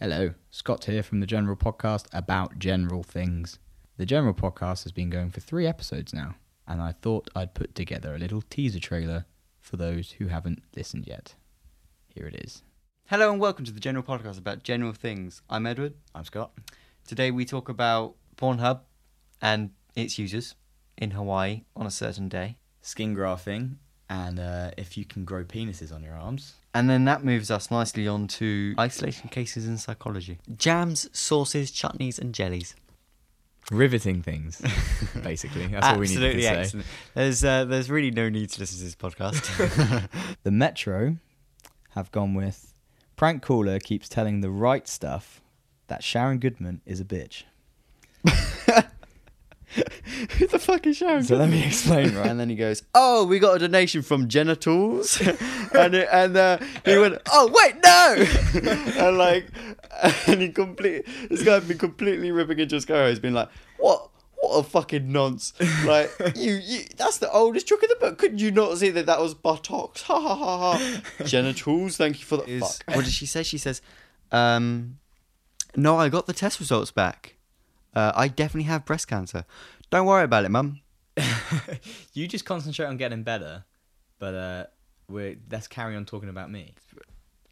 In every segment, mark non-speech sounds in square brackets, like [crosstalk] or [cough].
Hello, Scott here from the General Podcast about general things. The General Podcast has been going for three episodes now, and I thought I'd put together a little teaser trailer for those who haven't listened yet. Here it is. Hello and welcome to the General Podcast about general things. I'm Edward. I'm Scott. Today we talk about Pornhub and its users in Hawaii on a certain day. Skin grafting, and uh, if you can grow penises on your arms. And then that moves us nicely on to isolation cases in psychology. Jams, sauces, chutneys, and jellies. Riveting things, [laughs] basically. That's all we need to Absolutely say. excellent. There's uh, there's really no need to listen to this [laughs] podcast. The Metro have gone with prank caller keeps telling the right stuff that Sharon Goodman is a bitch. Who the fuck is Sharon? So let me explain, right? And then he goes, "Oh, we got a donation from Genitals," [laughs] and it, and uh, he went, "Oh wait, no!" [laughs] and like, and he complete this guy had been completely ripping into Scarrow. He's been like, "What? What a fucking nonce! [laughs] Like you, you that's the oldest trick in the book. Could you not see that that was buttocks? Ha ha ha ha! Genitals. Thank you for the fuck." What did she say? She says, um, "No, I got the test results back. Uh, I definitely have breast cancer. Don't worry about it, mum." [laughs] you just concentrate on getting better, but uh, we're let's carry on talking about me.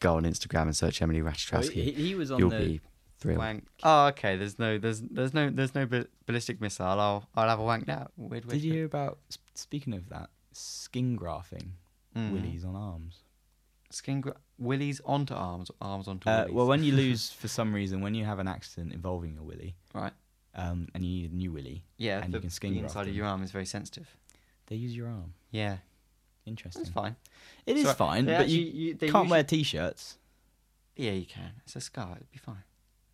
Go on Instagram and search Emily Ratchtrowski. he, he was on You'll the be thrilled. Wank. Oh, okay. There's no, there's, there's no, there's no bal- ballistic missile. I'll, I'll have a wank now. Weird, weird Did you shit. hear about s- speaking of that skin grafting Mm. willies on arms? skin gra- willies onto arms, arms onto Uh, willies? well, [laughs] when you lose for some reason, when you have an accident involving a willy, [laughs] right. um, and you need a new willy, Yeah, and the, you can skin the graft inside them. of your arm is very sensitive. they use your arm. Yeah, Interesting. that's fine. It is Sorry. fine, They but you, actually- you- they can't usually- wear t-shirts. Yeah, you can. It's a scar. It'd be fine.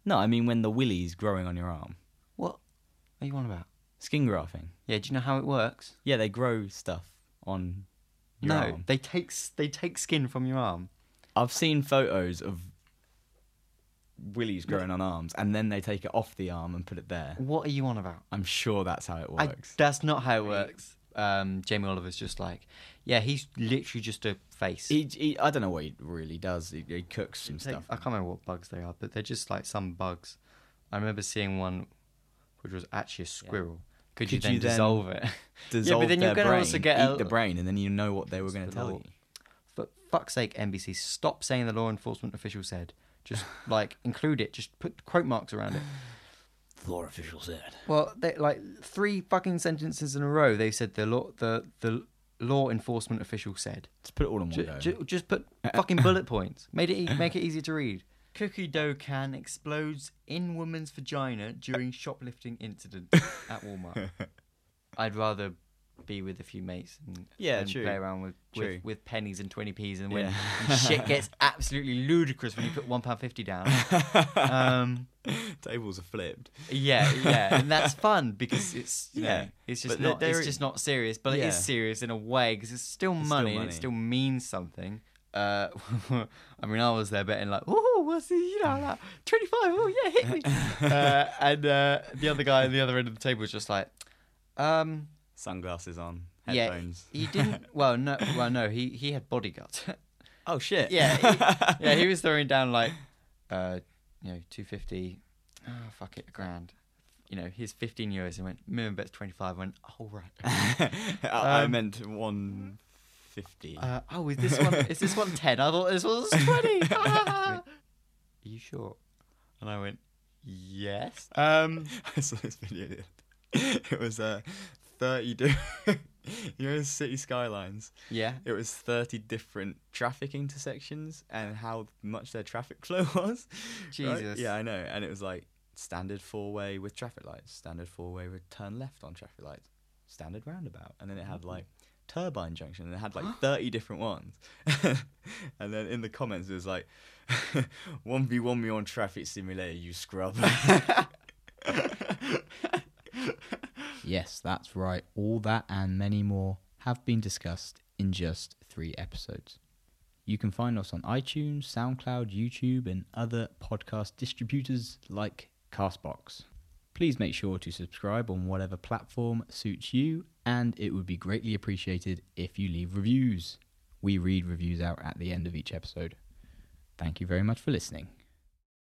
No, I mean when the willy's growing on your arm, What? What are you on about? skin grafting. Yeah. Do you know how it works? Yeah, they grow stuff on your no, arm. they take s- they take skin from your arm. I've seen photos of willies growing on arms, and then they take it off the arm and put it there. What are you on about? I'm sure that's how it I- works. that's not how it works. Um, Jamie Oliver's just like, yeah, he's literally just a face. he, he, I don't know what he really does. He, he cooks some They- stuff. I can't remember what bugs they are, but they're just like some bugs. I remember seeing one which was actually a squirrel. Could, you Could then you then dissolve it? [laughs] Dissolve yeah, but then their you're gonna brain, also get eat a- the brain, and then you know what they were It's going to the tell law. you. For fuck's sake, NBC, stop saying the law enforcement official said. [laughs] Just like include it. Just put quote marks around it. Law official said. Well, they, like three fucking sentences in a row, they said the law the the law enforcement official said. Let's put it all in one Ju- go. [laughs] ju- just put fucking bullet points. Made it e- make it easier to read. Cookie dough can explodes in woman's vagina during shoplifting [laughs] incident at Walmart. I'd rather be with a few mates and, Yeah, and true. play around with, True. with with pennies and twenty p's and when Yeah. when shit [laughs] gets absolutely ludicrous when you put one pound fifty down. Um, Tables are flipped. yeah, yeah, and that's fun because it's you Yeah, know, it's just but not there- there- it's just not serious, but it Yeah. is serious in a way because it's still still money and money. it still means something. Uh, [laughs] I mean, I was there betting like, oh, what's the you know like twenty five? Oh yeah, hit me. [laughs] uh, and uh, the other guy on the other end of the table was just like, um, Sunglasses on. yeah, Headphones. he [laughs] didn't. Well, no, well, no, he he had bodyguards. [laughs] Oh shit. Yeah, he, yeah, he was throwing down like, uh, you know, two fifty. Oh fuck it, a grand. You know, here's fifteen euros and went minimum bet's twenty five. Went oh, right. [laughs] I, I Um, meant one fifty. Uh, oh, is this one? Is this one ten? I thought this was twenty. [laughs] Are you sure? And I went yes. Um, [laughs] I saw this video. the other day. It was uh, thirty. Di- [laughs] you know, city skylines. Yeah. It was thirty different traffic intersections and how much their traffic [laughs] flow was. right? Jesus. Yeah, I know. And it was like standard four-way with traffic lights, standard four-way with turn left on traffic lights, standard roundabout, and then it Mm-hmm. had like turbine junction and it had like 30 different ones [laughs] and then in the comments it was like [laughs] 1v1 me on traffic simulator you scrub [laughs] Yes, that's right. All that and many more have been discussed in just three episodes. You can find us on iTunes, SoundCloud, YouTube, and other podcast distributors like Castbox. Please make sure to subscribe on whatever platform suits you, and it would be greatly appreciated if you leave reviews. We read reviews out at the end of each episode. Thank you very much for listening.